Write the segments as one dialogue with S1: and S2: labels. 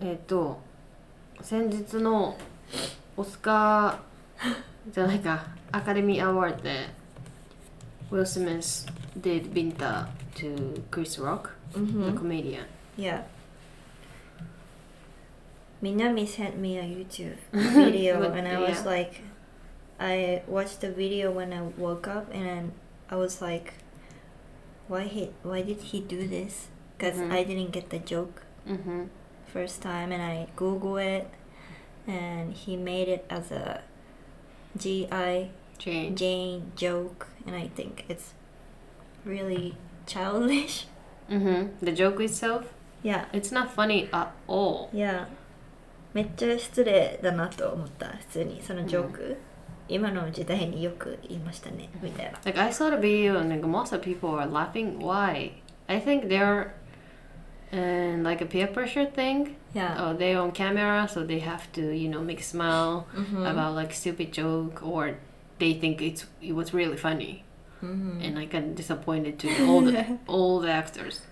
S1: えっ、と先日のオスカーじゃないかアカデミーアワードで Will Smith did winter to Chris Rock the
S2: Mm-hmm.
S1: comedian
S2: Yeah. Minami sent me a YouTube video,
S1: What-
S2: and I was
S1: yeah.
S2: like, I watched the video when I woke up, and I was like, why he? Why did he do this? Because
S1: Mhm.
S2: I didn't get the joke
S1: Mhm.
S2: first time, and I Google it, and he made it as a GI
S1: Jane
S2: Jane joke, and I think it's really childish.
S1: Mhm. the joke itself
S2: Yeah.
S1: it's not funny at all
S2: いやめっちゃ失礼だなと思った普通にそのジョーク、今の時代によく言いましたねみたいな
S1: Like I saw the video and like most of the people are laughing. Why? I think they're and like a peer pressure thing.
S2: いや、
S1: Oh, they're on camera, so they have to you know make smile
S2: うんふん
S1: about like stupid joke or they think it's it was really funny.
S2: うん
S1: And I kind of disappointed to all the all the actors.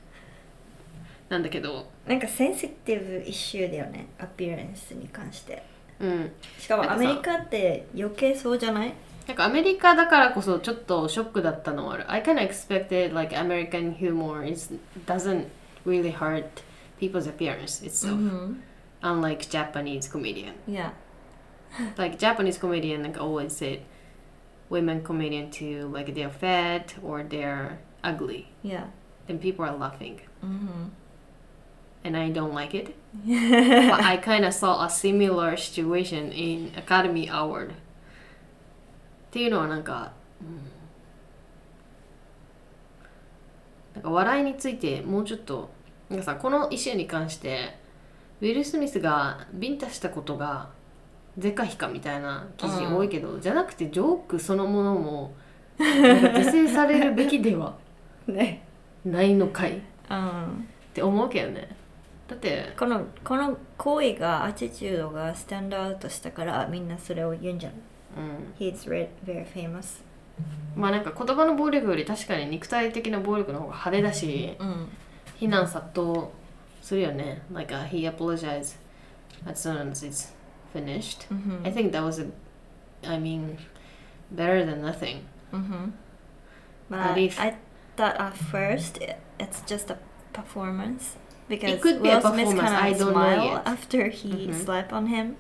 S1: なんだけど、
S2: なんかセンシティブ一周だよねアピアレンスに関して
S1: うん、
S2: しかも
S1: な
S2: ア
S1: んか
S2: メ
S1: さ
S2: リカって余計そうじゃない
S1: なんかアメリカだからこそちょっとショックだったのはある。I kind of expected like American humor is doesn't really hurt people's appearance
S2: う
S1: itself.
S2: ん
S1: unlike Japanese comedian.
S2: いや
S1: Like Japanese comedian, like always said, women comedian too, like they're fat or they're ugly,
S2: いや
S1: then people are laughing,
S2: うん
S1: and I don't like it. but I kind of saw a similar situation in Academy Award. っていうのはなんか、うんなんか笑いについてもうちょっとなんかさこのイシューに関してウィル・スミスがビンタしたことが是か非かみたいな記事多いけど、じゃなくてジョークそのものもなんか是正されるべきでは
S2: ふんね
S1: ないのかいっ
S2: うん
S1: て思うけどねだって
S2: このこの行為がアチチュードがスタンドアウトしたからみんなそれを言うんじゃない
S1: うん
S2: He's re- very famous
S1: まあなんか言葉の暴力より確かに肉体的な暴力の方が派手だし
S2: うん
S1: 非難殺到するよね。Like、uh, he apologized as soon as it's finished.
S2: うん
S1: I think that was, a, I mean, better than nothing.
S2: Mm-hmm. But
S1: if-
S2: I thought at first it, it's just a performance because
S1: could be a
S2: Will Smith
S1: performance,
S2: kind of
S1: I don't know
S2: smiled
S1: yet.
S2: after he
S1: Mhm.
S2: slapped on him,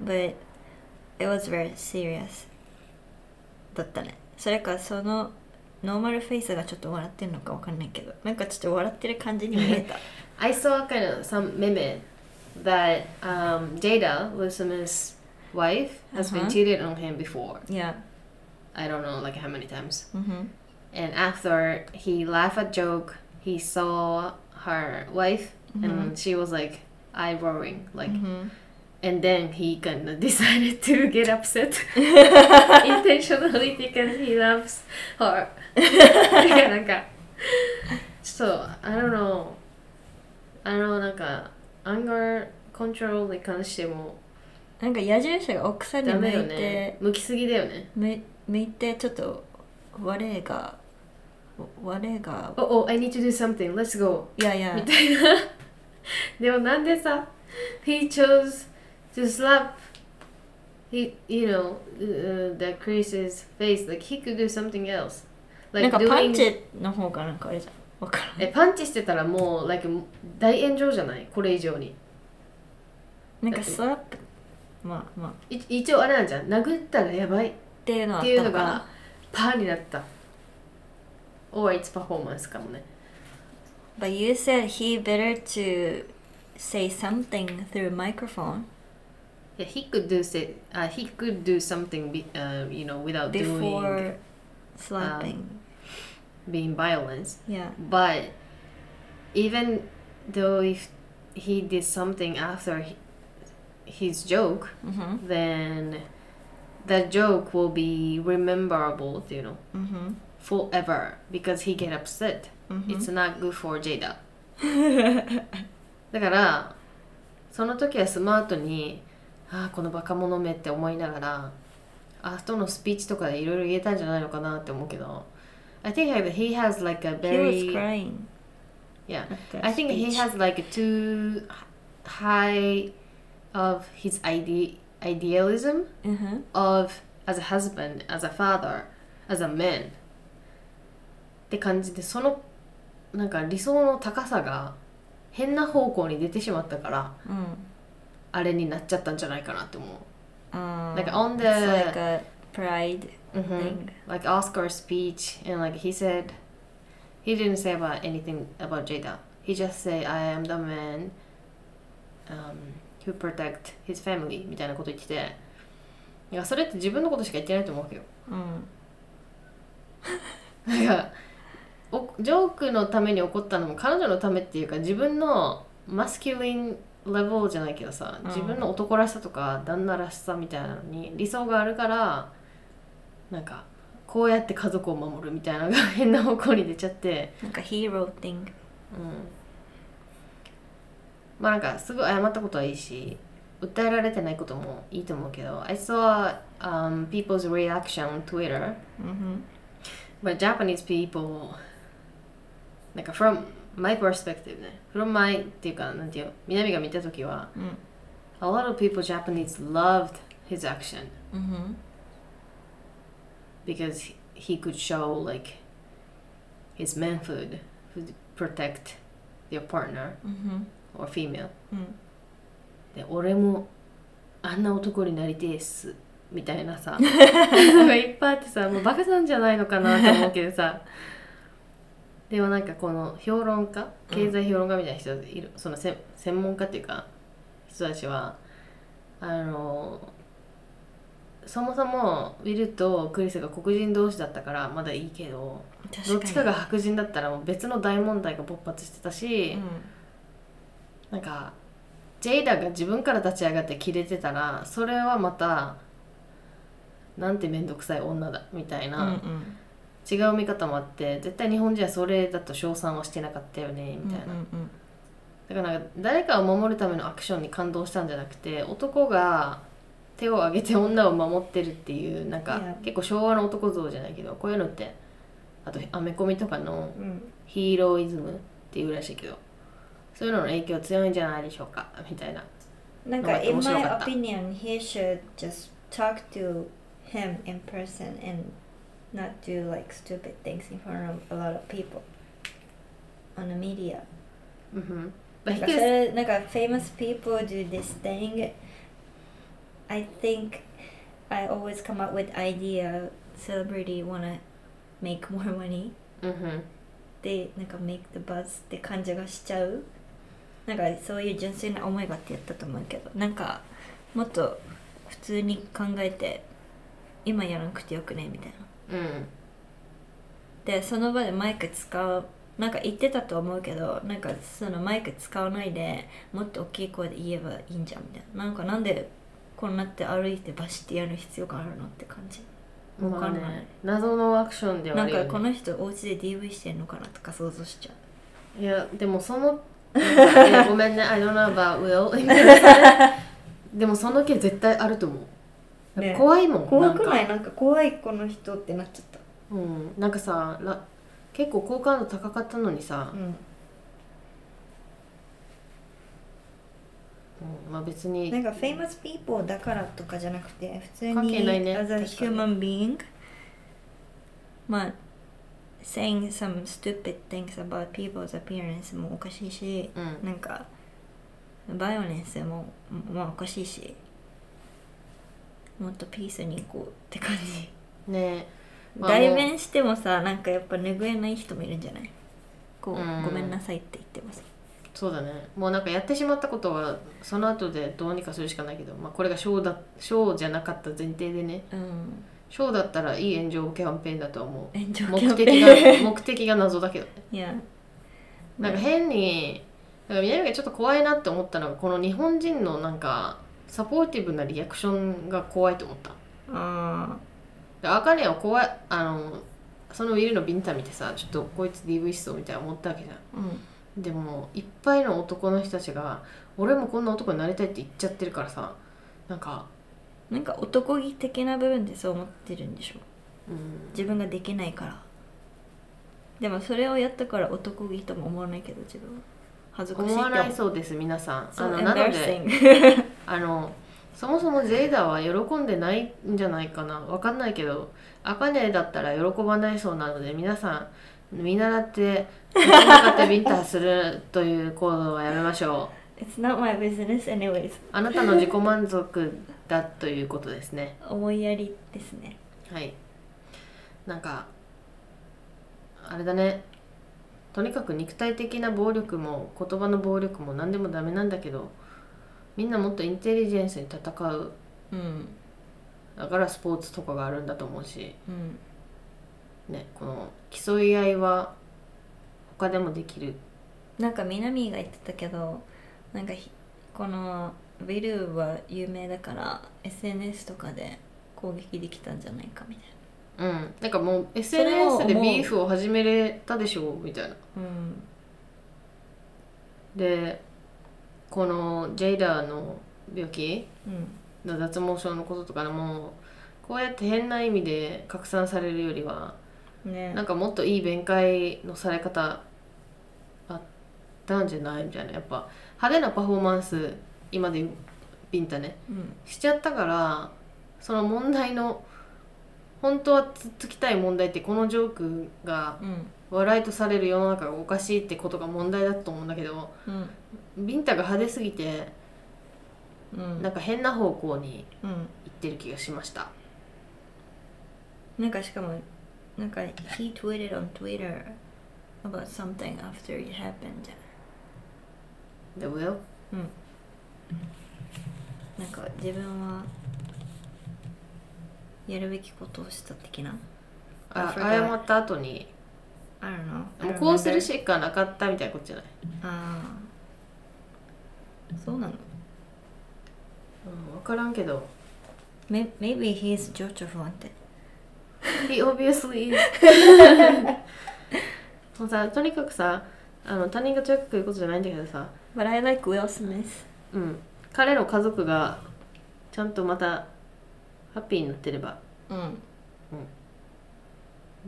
S2: but it was very serious. だったね。それかそのノーマルフェイスがちょっと笑ってるのかわかんないけど、なんかちょっと笑ってる感じに見え た。
S1: I saw kind of some meme that um, Jada, Will Smith's wife, has been
S2: Uh-huh.
S1: cheated on him before.
S2: yeah.
S1: I don't know like how many times.
S2: Mm-hmm.
S1: And after he laughed at joke, he saw her wife, and she was like eye roaring, like.
S2: Mm-hmm.
S1: And then he kind of decided to get upset intentionally because he loves her. なんかちょっと I don't know, I don't know なんか anger control に関しても
S2: なんか矢印が奥さんに
S1: ダ
S2: 向
S1: メ
S2: いて、
S1: よね。向きすぎだよね。
S2: め向いてちょっと我が我が
S1: Oh oh, I need to do something. Let's go.
S2: いやいや
S1: みたいな。 でもなんでさ、he chose to slap, he, you know, uh, the Chris's face. Like he could do something else.
S2: なん
S1: Like
S2: かパンチの方がなんかあれじゃんわからん
S1: えパンチしてたらもう、like 大炎上じゃないこれ以上に。
S2: なんかスワップまあまあっ
S1: い一応あれなんじゃん。殴ったらやばいって
S2: いうのはあ
S1: ていう
S2: った
S1: の
S2: のか
S1: が
S2: な
S1: パーになった。or it's performance かもね。
S2: But you said he better to say something through microphone
S1: Yeah, he could do say, uh, he could do something, be, uh, you know, without doing um,
S2: before slapping
S1: being violence.
S2: yeah
S1: but even though if he did something after h- his joke
S2: うんふん
S1: then that joke will be rememberable you know
S2: うんふん
S1: forever because he get upset
S2: うんふん
S1: it's not good for Jada だからその時はスマートに「ああこのバカ者め」って思いながら後のスピーチとかでいろいろ言えたんじゃないのかなって思うけど I think like he has like a
S2: He
S1: very
S2: was crying
S1: yeah
S2: at that
S1: I think he
S2: speech.
S1: has like two h- high of his ide- idealism
S2: Mhm.
S1: of as a husband, as a father, as a man って感じでそのなんか理想の高さが変な方向に出てしまったから
S2: うん
S1: あれになっちゃったんじゃないかなって思う。
S2: うん
S1: Like on the-
S2: Um, It's like a pride
S1: Mm-hmm.
S2: thing.
S1: Like Oscar's speech, and like he said, he didn't say about anything about Jada. He just said, "I am the man um, who protect his family" みたいなこと言ってて、いやそれって自分のことしか言ってないと思うわけど。
S2: うん
S1: なんかおジョークのために怒ったのも彼女のためっていうか自分のマスキュリンレベルじゃないけどさ、
S2: うん
S1: 自分の男らしさとか旦那らしさみたいなのに理想があるからなんかこうやって家族を守るみたいなのが変な方向に出ちゃって、
S2: なんか hero thing
S1: うん、まあなんかすごい謝ったことはいいし訴えられてないこともいいと思うけど I saw、um, people's reaction on Twitter
S2: うん
S1: But Japanese people, なんか from my perspective ね、from my っていうか、なんていうの南が見たときは、
S2: うん
S1: a lot of people Japanese loved his action
S2: うん
S1: because he could show like his manhood to protect their partner
S2: うん
S1: or female.
S2: うん
S1: で、俺もあんな男になりてえっすみたいな さ、のがいっぱいあってさ、もうバカなんじゃないのかなと思うけどさ。 でもなんかこの評論家経済評論家みたいな人いる、そのせ専門家っていうか人たちはあのそもそもウィルとクリスが黒人同士だったからまだいいけどどっちか
S2: 確か
S1: が
S2: に
S1: 白人だったらもう別の大問題が勃発してたし、
S2: う
S1: なんかジェイダが自分から立ち上がってキレてたらそれはまたなんて面倒くさい女だみたい
S2: んう
S1: な、
S2: ん
S1: 違う見方もあって絶対日本人はそれだと称賛はしてなかったよねみたいな、
S2: うんうん
S1: だからなんか誰かを守るためのアクションに感動したんじゃなくて男が手を挙げて女を守ってるっていうなんか
S2: いや
S1: 結構昭和の男像じゃないけどこういうのってあとアメコミとかの
S2: うん
S1: ヒーローイズムっていうらしいけどそういうのの影響強いんじゃないでしょうかみたいな
S2: なんか、
S1: 面
S2: in
S1: 白
S2: my
S1: かった
S2: opinion, he should just talk to him in person and not do like stupid things in front of a lot of people on the media.
S1: うんふん
S2: なん
S1: But
S2: か
S1: he
S2: そ
S1: can-
S2: れなんか famous people do this thing. I think I always come up with idea celebrity wanna make more money.
S1: うんふん
S2: でなんか make the buzz って感じがしちゃうなんかそういう純粋な思いがあってやったと思うけどなんかもっと普通に考えて今やらなくてよくねみたいな
S1: うん
S2: でその場でマイク使うなんか言ってたと思うけどなんかそのマイク使わないでもっと大きい声で言えばいいんじゃんみたいななんかなんでこうなって歩いてバシってやる必要があるのって感じわかんない
S1: まあね謎のアクションでは
S2: な
S1: あ
S2: ん
S1: るよ、ね、
S2: かこの人お家で DV してんのかなとか想像しちゃう
S1: いやでもそのいや ごめんね I don't know about Will みたいなでもその件絶対あると思う、
S2: ね
S1: 怖いもん
S2: 怖くない
S1: んか,、
S2: なんか怖いこの人ってなっちゃった
S1: うん、なんかさら結構好感度高かったのにさ、うんまあ別に
S2: なんか famous people だからとかじゃなくて普通に
S1: 関係ないね
S2: as a
S1: 確かに
S2: human being まあ saying some stupid things about people's appearance もおかしいし
S1: う
S2: なんんかバイオレンスもまあおかしいしもっとピースに行こうって感じ
S1: ねまあ
S2: 代弁してもさなんかやっぱ拭えない人もいるんじゃないこう
S1: うん
S2: ごめんなさいって言ってもさ
S1: そうだねもうなんかやってしまったことはその後でどうにかするしかないけど、まあ、これがショーだショーじゃなかった前提でね
S2: うん
S1: ショーだったらいい炎上キャンペーンだと思う
S2: 炎上
S1: 目
S2: キャンペ
S1: 的
S2: ーン
S1: が 目的が謎だけどね
S2: Yeah
S1: なんか変になんか南がちょっと怖いなって思ったのがこの日本人のなんかサポーティブなリアクションが怖いと思った
S2: あ
S1: でアカネは怖いあのそのウィルのビンタ見てさちょっとこいつ DV しそうみたいな思ったわけじゃん
S2: ーうん
S1: でもいっぱいの男の人たちが俺もこんな男になりたいって言っちゃってるからさなんか
S2: なんか男気的な部分でそう思ってるんでしょ
S1: うん
S2: 自分ができないからでもそれをやったから男気とも思わないけど自分は恥ずかしい
S1: 思
S2: と
S1: わない
S2: 思
S1: そうです皆さん
S2: う。
S1: あの
S2: そう、
S1: なので
S2: embarrassing
S1: あのそもそもゼイダは喜んでないんじゃないかなわかんないけどアカネだったら喜ばないそうなので皆さん見習って自分の勝手ビンターするという行動はやめましょう
S2: It's not my business anyways.
S1: あなたの自己満足だということですね
S2: 思いやりですね。
S1: はいなんかあれだねとにかく肉体的な暴力も言葉の暴力も何でもダメなんだけどみんなもっとインテリジェンスに戦う
S2: うん。
S1: だからスポーツとかがあるんだと思うし、
S2: うん。
S1: ね、この競い合いは他でもできる
S2: なんか南が言ってたけど、なんかひこのビルは有名だから SNS とかで攻撃できたんじゃないかみたい
S1: うんなんかもう
S2: れを思
S1: SNS
S2: う
S1: でビーフを始めれたでしょみたいな
S2: な。うん。
S1: でこのジェイダーの病気
S2: うん。
S1: の脱毛症のこととかでもこうやって変な意味で拡散されるよりは
S2: ね
S1: なんかもっといい弁解のされ方あったんじゃないみたいなやっぱ派手なパフォーマンス今で言うビンタね
S2: うん
S1: しちゃったからその問題の本当はつっつきたい問題ってこのジョークが
S2: うん
S1: 笑いとされる世の中がおかしいってことが問題だと思うんだけど
S2: うん
S1: ビンタが派手すぎて
S2: うん
S1: なんか変な方向に
S2: うん
S1: 行ってる気がしました
S2: なんかしかもなんか he tweeted on Twitter about something after it happened
S1: The Will?
S2: なんか自分はやるべきことをした的な
S1: あ
S2: I forgot.
S1: 謝った後に
S2: I don't know
S1: もうこうする
S2: I
S1: しかなかったみたいなことじゃない、
S2: remember ああそうなの
S1: うん、分からんけど
S2: May- Maybe he's Jojo Fuente
S1: He obviously is もうさとにかくさあの他人がとやかく言うことじゃないんだけどさ
S2: But I like Will Smith
S1: うん彼の家族がちゃんとまたハッピーになってれば
S2: う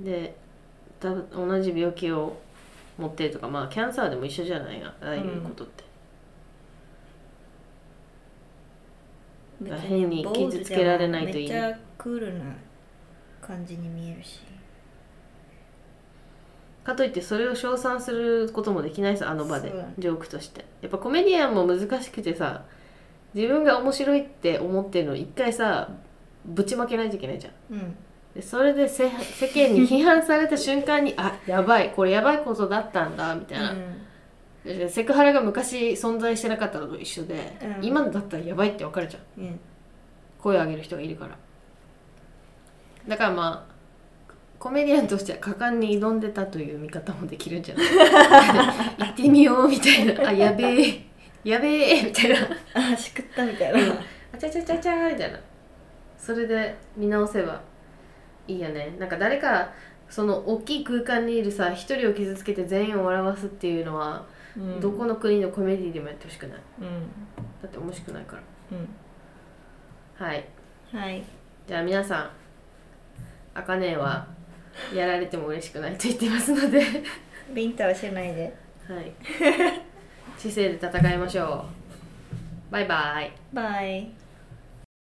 S2: ん
S1: でた同じ病気を持ってるとかまあキャンサーでも一緒じゃないがああいうことって、
S2: 別
S1: 変に傷つけられないといいね
S2: めっちゃクールな感じに見えるし
S1: かといってそれを称賛することもできないさあの場で
S2: そうだね
S1: ジョークとしてやっぱコメディアンも難しくてさ自分が面白いって思ってるのを一回さぶちまけないといけないじゃん
S2: うん
S1: でそれでせ世間に批判された瞬間にあやばいこれやばいことだったんだみたいな、
S2: うん
S1: でセクハラが昔存在してなかったのと一緒で、
S2: うん
S1: 今だったらやばいってわかるじゃん
S2: うん
S1: 声を上げる人がいるからだからまあコメディアンとしては果敢に挑んでたという見方もできるんじゃない 行ってみようみたいなあやべえやべえみたいな
S2: あしくったみたいな
S1: あちゃちゃちゃちゃみたいなそれで見直せばいいよねなんか誰かその大きい空間にいるさ一人を傷つけて全員を笑わすっていうのは、どこの国のコメディでもやってほしくない
S2: うん
S1: だって面白くないから
S2: う
S1: はい
S2: んはい
S1: じゃあ皆さんあかねはやられても嬉しくないと言ってますのではい
S2: ビンタはしないで
S1: 知性で戦いましょうバイバイ
S2: バイ